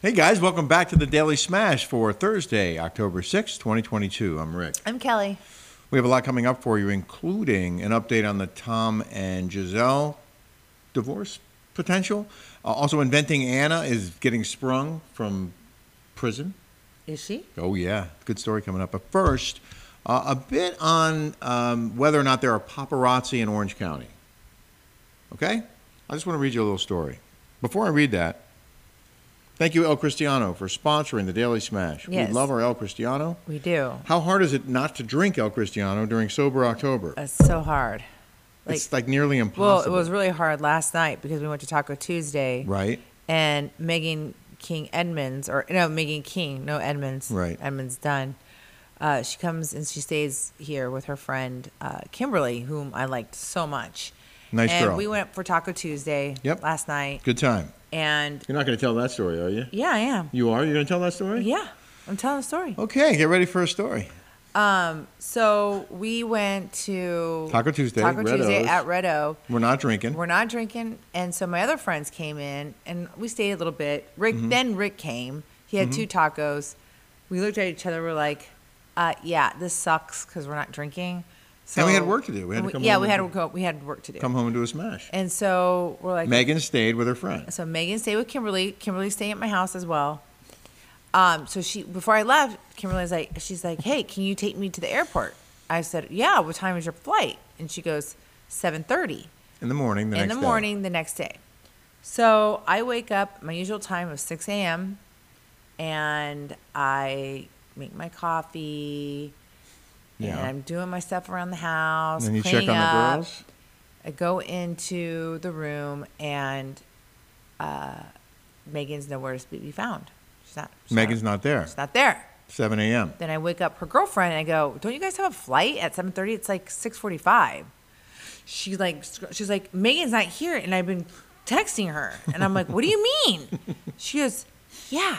Hey guys, welcome back to the Daily Smash for Thursday, October sixth, 2022. I'm Rick. I'm Kelly. We have a lot coming up for you, including an update on the Tom and Giselle divorce potential. Uh, also, Inventing Anna is getting sprung from prison. Is she? Oh, yeah. Good story coming up. But first, uh, a bit on um, whether or not there are paparazzi in Orange County. Okay? I just want to read you a little story. Before I read that, thank you, El Cristiano, for sponsoring the Daily Smash. Yes. We love our El Cristiano. We do. How hard is it not to drink El Cristiano during sober October? That's so hard. Uh, like- it's like nearly Well, impossible. it was really hard last night because we went to Taco Tuesday right. and Megan King Edmonds, or no, Megan King, no Edmonds. Right. Edmonds done. Uh, she comes and she stays here with her friend uh, Kimberly, whom I liked so much. Nice and girl. we went for Taco Tuesday Yep. last night. Good time. And You're not going to tell that story, are you? yeah, I am. You are. You're going to tell that story. Yeah, I'm telling a story. Um, Okay. Get ready for a story. So we went to Taco Tuesday, Taco Red Tuesday O's. at Red O. We're not drinking. We're not drinking, and so my other friends came in, and we stayed a little bit. Rick Mm-hmm. then Rick came. He had two tacos. We looked at each other. We're like, uh, "Yeah, this sucks because we're not drinking." So And we had work to do. We had and to come yeah, home we and had do- to go, we had work to do. Come home and do a smash. And so we're like, Megan stayed with her friend. so Megan stayed with Kimberly. Kimberly stayed at my house as well. Um, so she before I left, Kimberly's like, she's like, hey, can you take me to the airport? I said, yeah. What time is your flight? And she goes, seven thirty In the morning. The in next the day. morning the next day. So I wake up my usual time of 6 a.m. and I make my coffee. Yeah. And I'm doing my stuff around the house. And then you check cleaning on up. the girls. I go into the room and uh, Megan's nowhere to be found. She's not. She's Megan's not, not there. She's not there. 7 a.m. Then I wake up her girlfriend and I go, "Don't you guys have a flight at 7:30? It's like 6:45." She like sc- she's like, "Megan's not here," and I've been texting her, and I'm like, "What do you mean?" She goes, "Yeah,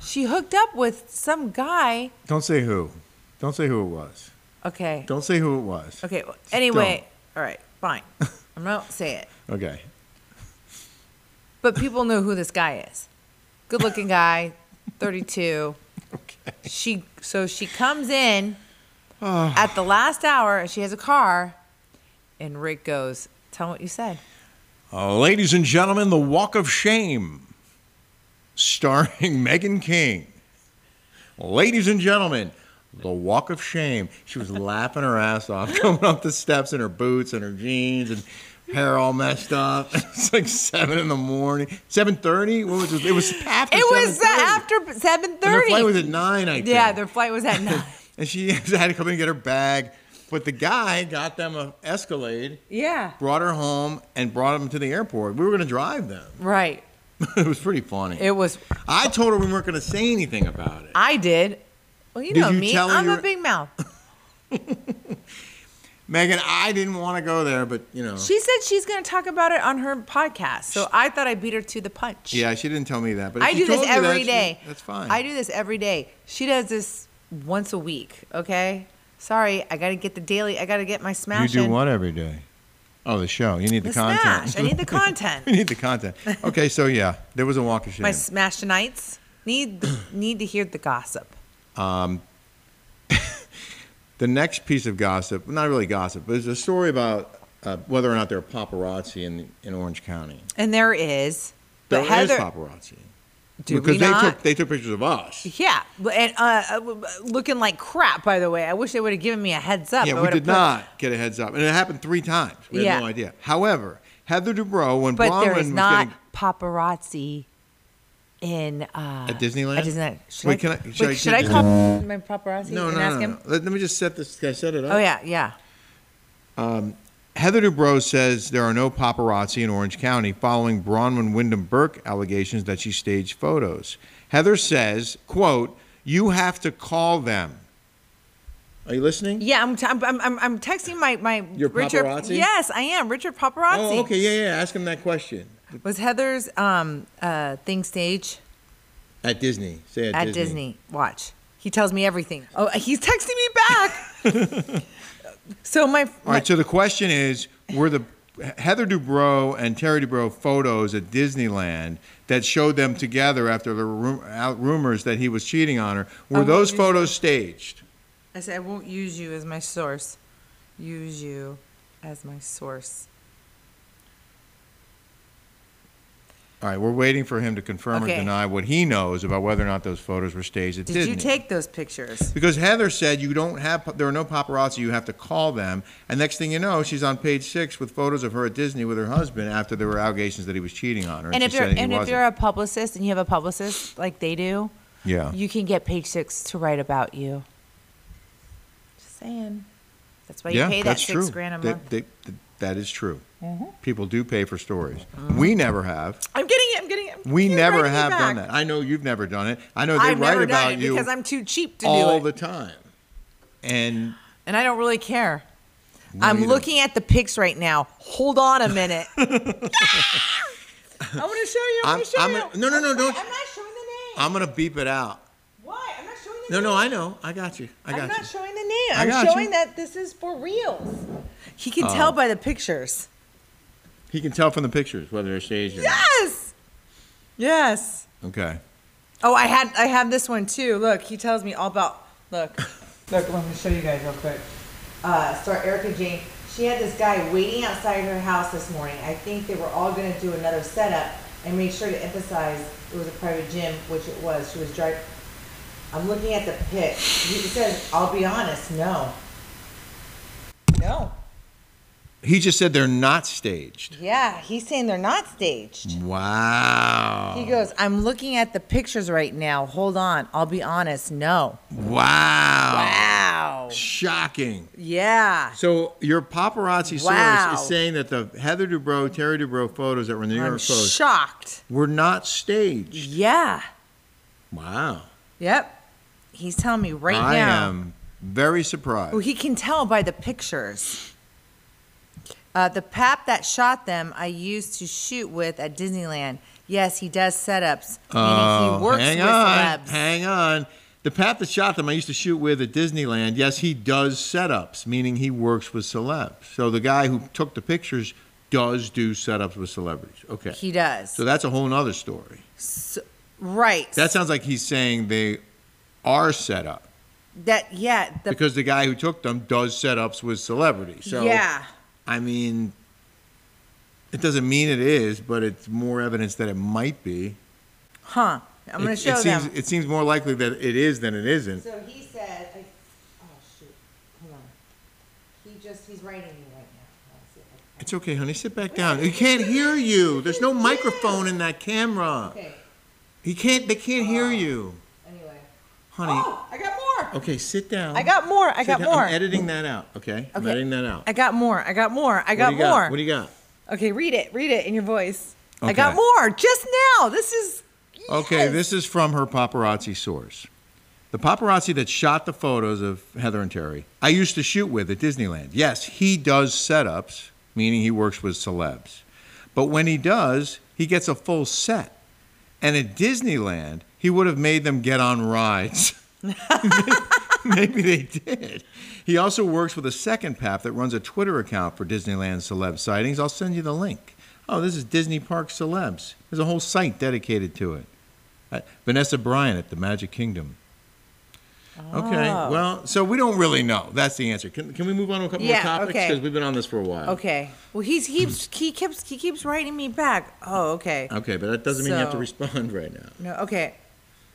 she hooked up with some guy." Don't say who. Don't say who it was. Okay, Don't say who it was. okay. well, Anyway, all right, fine. I'm not say it, Okay. but people know who this guy is. Good-looking guy, 32. Okay. she so she comes in at the last hour and she has a car and rick goes tell him what you said Uh, ladies and gentlemen, The Walk of Shame, starring Megan King. Ladies and gentlemen, The Walk of Shame. She was laughing her ass off, coming up the steps in her boots and her jeans and hair all messed up. It's like seven in the morning, seven thirty. What was it? It was after. it was uh, 7:30. after And her flight was 7.30 at nine. I think. yeah their flight was at 9 and she had to come and get her bag, but the guy got them a Escalade, yeah brought her home, and brought them to the airport. We were going to drive them. right it was pretty funny. it was I told her we weren't going to say anything about it. i did well you Did know you me tell her i'm you a were- big mouth Megan, I didn't want to go there, but you know. she said she's going to talk about it on her podcast so i thought i beat her to the punch yeah, she didn't tell me that. But if I she do this told you that, every she- day. that's fine. I do this every day. She does this once a week. Okay. Sorry, I gotta get the daily. I gotta get my smash. in. every day? Oh, the show. You need The smash. I need the content. you need the content. Okay, so yeah, there was a walk of shame. My smash tonights need need to hear the gossip. the next piece of gossip, not really gossip, but it's a story about uh, whether or not there are paparazzi in in Orange County. And there is. There But is Heather, paparazzi do because we they not? took they took pictures of us. yeah, but- and uh, uh, looking like crap. By the way, I wish they would have given me a heads up. I Yeah, we would've did put- not get a heads up, and it happened three times. We had Yeah. no idea. However, Heather Dubrow, when But Bronwyn there is was not getting paparazzi in uh, At Disneyland? At Disneyland. Should Wait, I, can I- wait, should I should I keep- call my paparazzi no, and no, no, ask no. him? Let, let me just set this. Can I set it up? Oh yeah, yeah. Heather Dubrow says there are no paparazzi in Orange County following Bronwyn Wyndham Burke allegations that she staged photos. Heather says, "quote You have to call them." Are you listening? Yeah, I'm, t- I'm, I'm, I'm- I'm texting my, my Your Richard. paparazzi? Yes, I am. Richard Paparazzi. Oh, okay, yeah, yeah. Ask him that question Was Heather's um, uh, thing stage at Disney. Say at, at Disney. Watch. He tells me everything. Oh, he's texting me back. so my, All right. So the question is, were the Heather Dubrow and Terry Dubrow photos at Disneyland that showed them together after the rum- out rumors that he was cheating on her. Were Oh, those you- photos staged? I said I won't use you as my source. Use you as my source. All right, we're waiting for him to confirm or Okay. deny what he knows about whether or not those photos were staged at Did Disney. you take those pictures? Because Heather said you don't have, there are no paparazzi, you have to call them. And next thing you know, she's on page six with photos of her at Disney with her husband after there were allegations that he was cheating on her. And if she you're said he and if wasn't. you're a publicist and you have a publicist like they do, yeah. you can get page six to write about you. Just saying. That's why you yeah, pay that that's six true. grand a That- month. that- that- that is true. People do pay for stories. We never have. I'm getting it. I'm getting it. We Mm-hmm. You're never writing me have done back. that. I know you've never done it. I know they I've write never about done it you because I'm too cheap to do all it, the time. And and I don't really care. No, I'm you don't. looking at the pics right now. Hold on a minute. I want to show you. I I'm, want to show I'm you. no, no, no, don't. I'm not showing the name. I'm gonna beep it out. Why? I'm not showing the No, name. no, I know. I got you. I got I'm you. not showing the name. I got I'm you. Oh. showing that this is for reals. He can tell by the pictures. He can tell from the pictures whether they're staged or Yes. Yes. not. Okay. Oh, I had I have this one too. Look, he tells me all about. Look, look. I'm gonna show you guys real quick. Uh, so Erica Jane, she had this guy waiting outside her house this morning. I think they were all gonna do another setup and made sure to emphasize it was a private gym, which it was. She was driving. I'm looking at the pic. He says, "I'll be honest, no, no." He just said they're not staged. Yeah, he's saying they're not staged. Wow. He goes, I'm looking at the pictures right now. Hold on. I'll be honest. No. Wow. Wow. Shocking. Yeah. So your paparazzi Wow. source is saying that the Heather Dubrow, Terry Dubrow photos that were in the New I'm York Post shocked. were not staged. Yeah. Wow. Yep. He's telling me right I now. am very surprised. Well, he can tell by the pictures. Uh, the pap that shot them, I used to shoot with at Disneyland. Yes, he does setups. meaning Oh, he works hang with on, celebs. Hang on. The Pat that shot them I used to shoot with at Disneyland, yes, he does setups, meaning he works with celebs. So the guy who took the pictures does do setups with celebrities. Okay. He does. so that's a whole nother story. right. That sounds like he's saying they are set up that. Yeah. The, because the guy who took them does setups with celebrities. So yeah. I mean it doesn't mean it is, but it's more evidence that it might be. Huh. I'm it, going it to show them. seems it seems more likely that it is than it isn't. So he said, I, oh shoot, hold on. He just, he's writing me right now. Let's see if It's okay, honey. Sit back down. He can't hear you. There's no microphone in that camera. I- Okay, He can't. They can't hear you, anyway. honey. Oh, I got more. Okay, sit down. I got more. I Sit got down. I'm more. editing that out. Okay. I'm Okay. editing that out. I got more. I got more. I what got do you Got? What more. do you got? Okay, read it. Read it in your voice. I Okay. got more just now. This is. Okay, Yes. this is from her paparazzi source. The paparazzi that shot the photos of Heather and Terry, I used to shoot with at Disneyland. Yes, he does setups, meaning he works with celebs. But when he does, he gets a full set. And at Disneyland, he would have made them get on rides. Maybe they did. He also works with a second pap that runs a Twitter account for Disneyland celeb sightings. I'll send you the link. Oh, this is Disney Park Celebs. There's a whole site dedicated to it. Uh, Vanessa Bryan at the Magic Kingdom. Okay, Oh. well, so we don't really know. That's the answer. Can, can we move on to a couple Yeah, more topics? okay. Because we've been on this for a while. Okay. Well, he's, he's he keeps he keeps writing me back. Oh, okay. Okay, but that doesn't mean you have to So- respond right now. No, okay.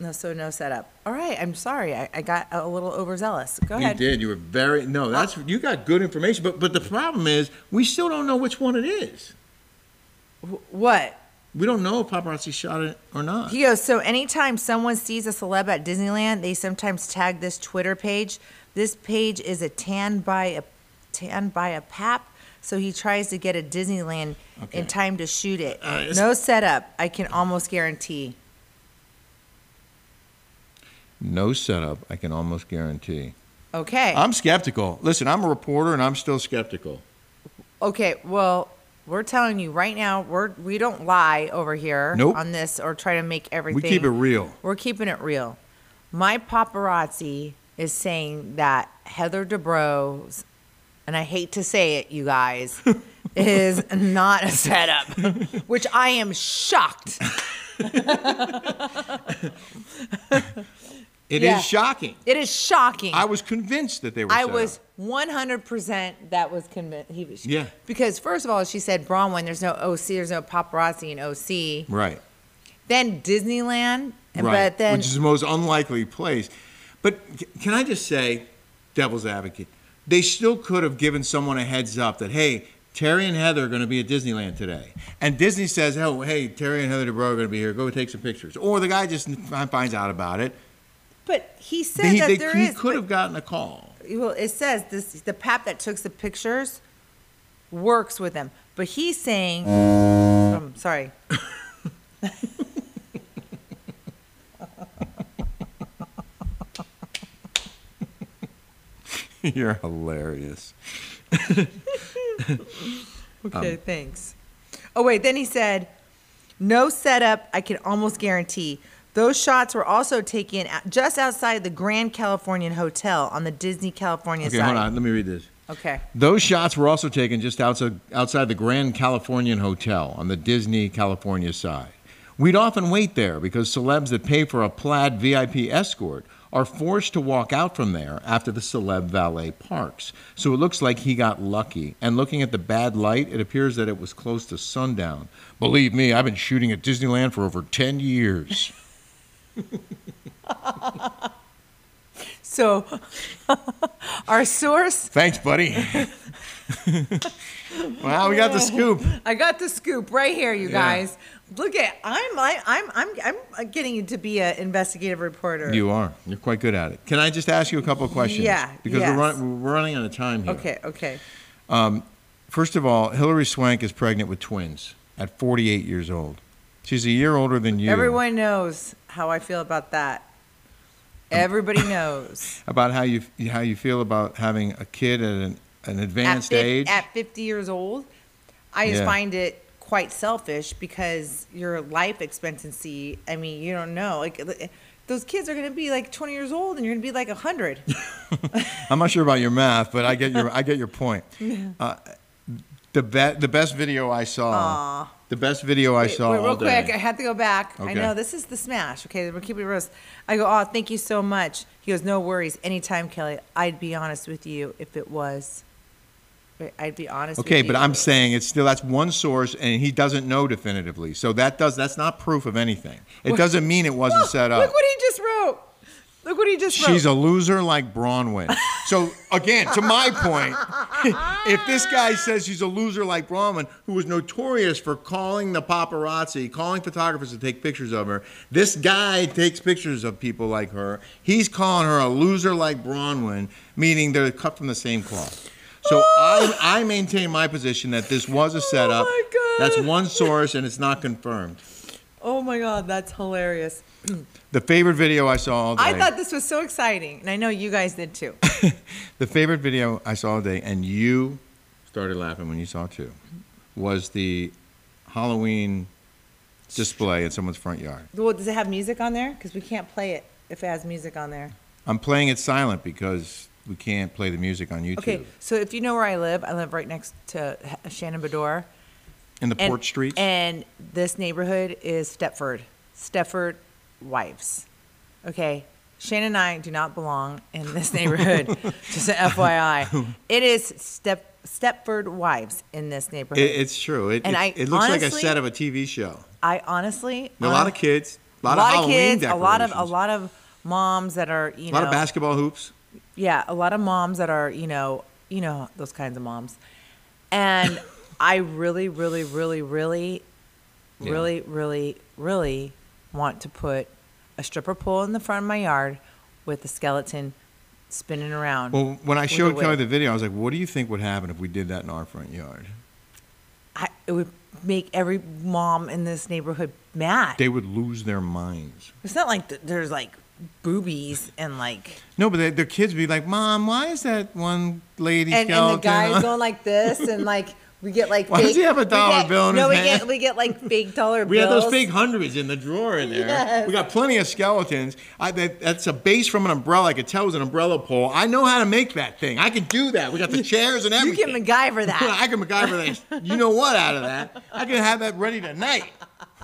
No, so no setup. All right. I'm sorry. I, I got a little overzealous. Go You ahead. did. You were very no. That's you got good information, but but the problem is we still don't know which one it is. Wh- What? We don't know if paparazzi shot it or not. He goes, so anytime someone sees a celeb at Disneyland, they sometimes tag this Twitter page. This page is a tan by a tan by a pap, so he tries to get a Disneyland Okay. in time to shoot it. Uh, it's- no setup, I can almost guarantee. No setup, I can almost guarantee. Okay. I'm skeptical. Listen, I'm a reporter and I'm still skeptical. okay, well, we're telling you right now, we're we don't lie over here Nope. on this or try to make everything We keep it real. We're keeping it real. My paparazzi is saying that Heather DeBro's, and I hate to say it, you guys, is not a setup, which I am shocked. It is Yeah. shocking. It is shocking. I was convinced that they were. I set was up. 100% that was convinced. He was, Yeah. Because, first of all, she said Bronwyn, there's no OC, there's no paparazzi in OC. right. Then Disneyland. and right. But then, which is the most unlikely place. But c- can I just say, devil's advocate, they still could have given someone a heads up that hey, Terry and Heather are going to be at Disneyland today, and Disney says, oh hey, Terry and Heather DeBro are going to be here. Go take some pictures. Or the guy just n- finds out about it. but he said They, that they, there is. he could but- have gotten a call. well, it says this the pap that took the pictures works with them, but he's saying, um, sorry. You're hilarious. Okay, thanks. Um, Oh wait, then he said, "No setup. I can almost guarantee." Those shots were also taken at, just outside the Grand Californian Hotel on the Disney California Okay, side. hold on. Let me read this. Okay. Those shots were also taken just outside, outside the Grand Californian Hotel on the Disney California side. We'd often wait there because celebs that pay for a plaid VIP escort are forced to walk out from there after the celeb valet parks. So it looks like he got lucky. And looking at the bad light, it appears that it was close to sundown. Believe me, I've been shooting at Disneyland for over 10 years. So, our source, Thanks, buddy. wow, we got the scoop. I got the scoop right here, you Yeah. guys. Look at I'm I, I'm I'm I'm getting you to be an investigative reporter. You are. You're quite good at it. Can I just ask you a couple of questions? Yeah, Because yes. we're, run, we're running out of time here. Um, Okay, okay. First of all, Hillary Swank is pregnant with twins at 48 years old. She's a year older than you. Everyone knows how I feel about that. Everybody knows. About how you how you feel about having a kid at an, an advanced at, fif- age. at 50 years old, I just Yeah. find it quite selfish because your life expectancy, I mean, you don't know. Like th- those kids are going to be like 20 years old and you're going to be like 100. I'm not sure about your math, but I get your I get your point. Uh, the be- the best video I saw. Aw. The best video I Wait, saw wait, real all day. quick. I had to go back. I Okay. know this is the smash. Okay, we're keeping it roast. I go, oh, thank you so much. He goes, no worries. Anytime, Kelly. I'd be honest with you if it was. Wait, I'd be honest. Okay, with but you. I'm saying it's still that's one source, and he doesn't know definitively. So that does that's not proof of anything. It doesn't mean it wasn't Look, set up. Look what he just wrote. Look what he just wrote. She's a loser like Bronwyn. So again, to my point, if this guy says she's a loser like Bronwyn, who was notorious for calling the paparazzi, calling photographers to take pictures of her, this guy takes pictures of people like her. He's calling her a loser like Bronwyn, meaning they're cut from the same cloth. So I, I maintain my position that this was a setup. Oh my God. That's one source, and it's not confirmed. Oh my God, that's hilarious. The favorite video I saw all day. I thought this was so exciting, and I know you guys did too. The favorite video I saw today, and you started laughing when you saw it too, was the Halloween display in someone's front yard. well, does it have music on there? Because we can't play it if it has music on there. I'm playing it silent because we can't play the music on YouTube. Okay, so if you know where I live, I live right next to H- Shannon Bador. In the and- porch streets? And this neighborhood is Stepford, Stepford Wives. Okay. Shannon and I do not belong in this neighborhood. Just an FYI. It is Step Stepford Wives in this it, neighborhood. it's true. It, And it, I it looks like a honestly- set of a TV show. I honestly A lot honest- of kids, a a lot, lot of of Halloween kids, a lot of a decorations, lot of moms that are you a lot know of basketball hoops. yeah a lot of moms that are you know you know those kinds of moms, and I really really really really Yeah. really really really want to put a stripper pole in the front of my yard with a skeleton spinning around. Well, when I with a showed Kelly whip. the video, I was like, what do you think would happen if we did that in our front yard? I, it would make every mom in this neighborhood mad. They would lose their minds. it's not like th- there's like boobies and like. No, but they, their kids be like, "Mom, why is that one lady and, and skeleton?" the guy's on-" going like this and like We get like. Why fake, does he have a we dollar get- bill in his No, we hand? get we get like big dollar We had bills. those big hundreds in the drawer in there. Yes. We got plenty of skeletons. I, that, that's a base from an umbrella. I could tell it was an umbrella pole. I know how to make that thing. I can do that. We got the chairs and You everything. can MacGyver that. I can MacGyver that. You know what? Out of that, I can have that ready tonight.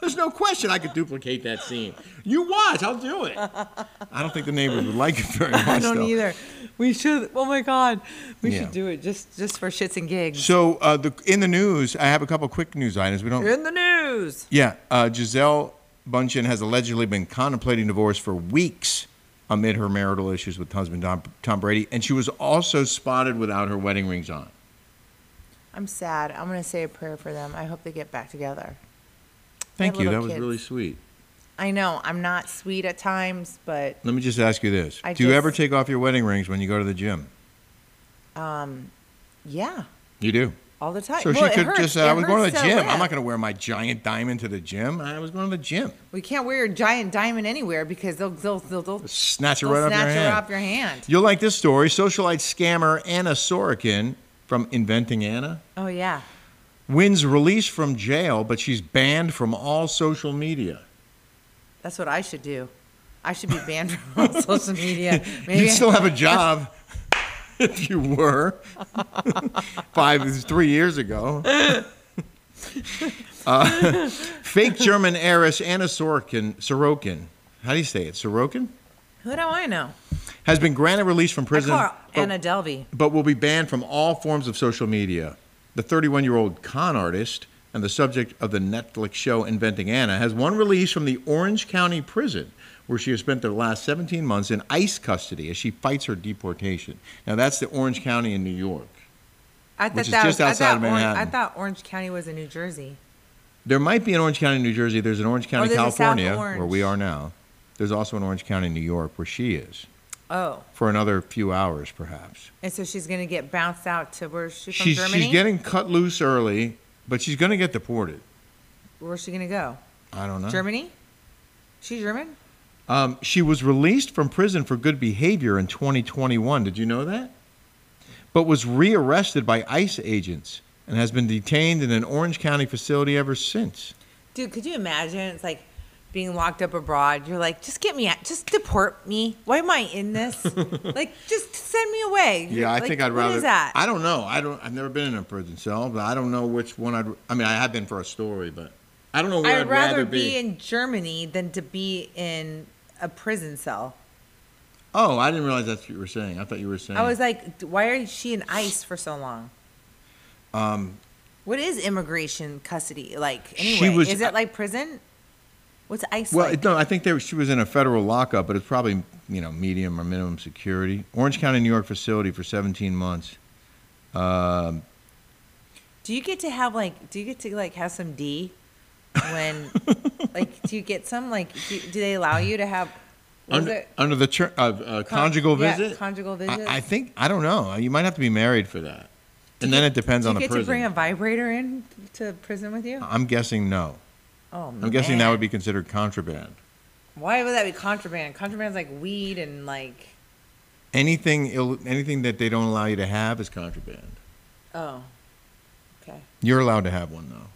There's no question I could duplicate that scene. You watch. I'll do it. I don't think the neighbors would like it very much. I don't though. either. We should. Oh my God, we Yeah. should do it just just for shits and gigs. So uh, the, in the news, I have a couple quick news items. We don't. In the news. Yeah, uh, Giselle Bundchen has allegedly been contemplating divorce for weeks amid her marital issues with husband Tom, Tom Brady, and she was also spotted without her wedding rings on. I'm sad. I'm gonna say a prayer for them. I hope they get back together. They have Thank you. That little was kids. really sweet. I know I'm not sweet at times, but Let me just ask you this: I Do you ever just- take off your wedding rings when you go to the gym? um, yeah, You do. all the time. So Well, she it could hurts. just It say, "I was going to hurts the gym. rip. I'm not going to wear my giant diamond to the gym. I was going to the gym. We can't wear a giant diamond anywhere because they'll they'll they'll, they'll, Snatch it they'll right off your snatch hand. her off your hand. You'll like this story: socialite scammer Anna Sorokin from Inventing Anna Oh yeah. wins release from jail, but she's banned from all social media. That's what I should do. I should be banned from all social media. Maybe You'd still have a job if you were five, three years ago. Uh, fake German heiress Anna Sorokin, Sorokin, how do you say it? Sorokin who do I know? has been granted release from prison, I call her but, Anna Delvey. but will be banned from all forms of social media. The 31-year-old con artist and the subject of the Netflix show Inventing Anna has one release from the Orange County prison, where she has spent the last 17 months in ICE custody as she fights her deportation. Now that's the Orange County in New York. I thought Which is that just was, outside I thought of Orange, I Manhattan. thought Orange County was in New Jersey. There might be an Orange County, New Jersey. There's an Orange County, Oh, there's a South California, Orange. where we are now. There's also an Orange County, New York, where she is Oh, for another few hours, perhaps. and so she's gonna get bounced out to where's she from? she's, Germany. she's getting cut loose early, but she's going to get deported. Where's she gonna go? I don't know. Germany? She German? Um, she was released from prison for good behavior in 2021. Did you know that? But was rearrested by ICE agents and has been detained in an Orange County facility ever since. Dude, could you imagine? It's like being locked up abroad. You're like, just get me out. Just deport me. Why am I in this? like, just send me away. Yeah, I Like, think I'd what rather. is that? I don't know. I don't. I've never been in a prison cell, but I don't know which one I'd. I mean, I have been for a story, but I don't know where I'd, I'd rather, be. be in Germany than to be in a prison cell. oh, I didn't realize that's what you were saying. I thought you were saying. I was like, d- why are she in ICE for so long? Um, What is immigration custody like? She Anyway, was- is it like prison? What's ICE Well, like? no, I think there, she was in a federal lockup, but it's probably you know medium or minimum security. Orange County, New York facility for 17 months. Um, Do you get to have like? Do you get to like have some D? When like, do you get some like? Do, do they allow you to have? what is under, it? under the ter- uh, uh, Con- conjugal yeah, visit. conjugal visit. I, I think I don't know. You might have to be married for that, and then it depends do on you the get prison. to bring a vibrator in to prison with you? I'm guessing no. Oh, I'm guessing that would be considered contraband. Why would that be contraband? Contraband's like weed and like. Anything Ill, anything that they don't allow you to have is contraband. Oh, okay. You're allowed to have one though.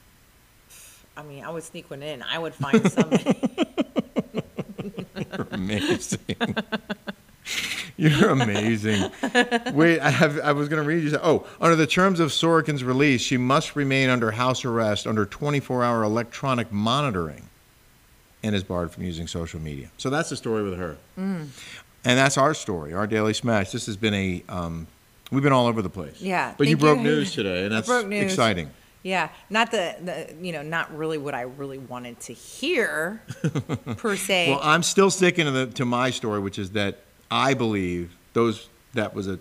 I mean, I would sneak one in. I would find somebody. You're amazing. You're amazing. Wait, I have. I was going to read you. Oh, under the terms of Sorokin's release, she must remain under house arrest under 24-hour electronic monitoring, and is barred from using social media. So that's the story with her. Mm. And that's our story, our daily smash. This has been a. Um, we've been all over the place. Yeah, But you thank broke you. news today, and I that's broke news. exciting. yeah, not the, the you know, not really what I really wanted to hear per se. Well, I'm still sticking to the to my story, which is that I believe those that was a that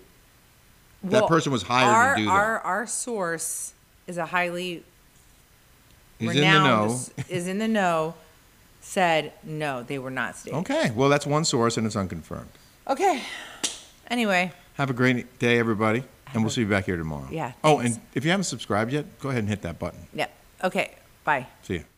Well, person was hired to our, do that. Our our source is a highly He's renowned in the is in the know. Said no, they were not staged. know. Okay. Well, that's one source and it's unconfirmed. Okay. Anyway, Have a great day, everybody. And we'll see you back here tomorrow. Yeah, Oh, thanks. and if you haven't subscribed yet, go ahead and hit that button. yeah. Okay. Bye. See you.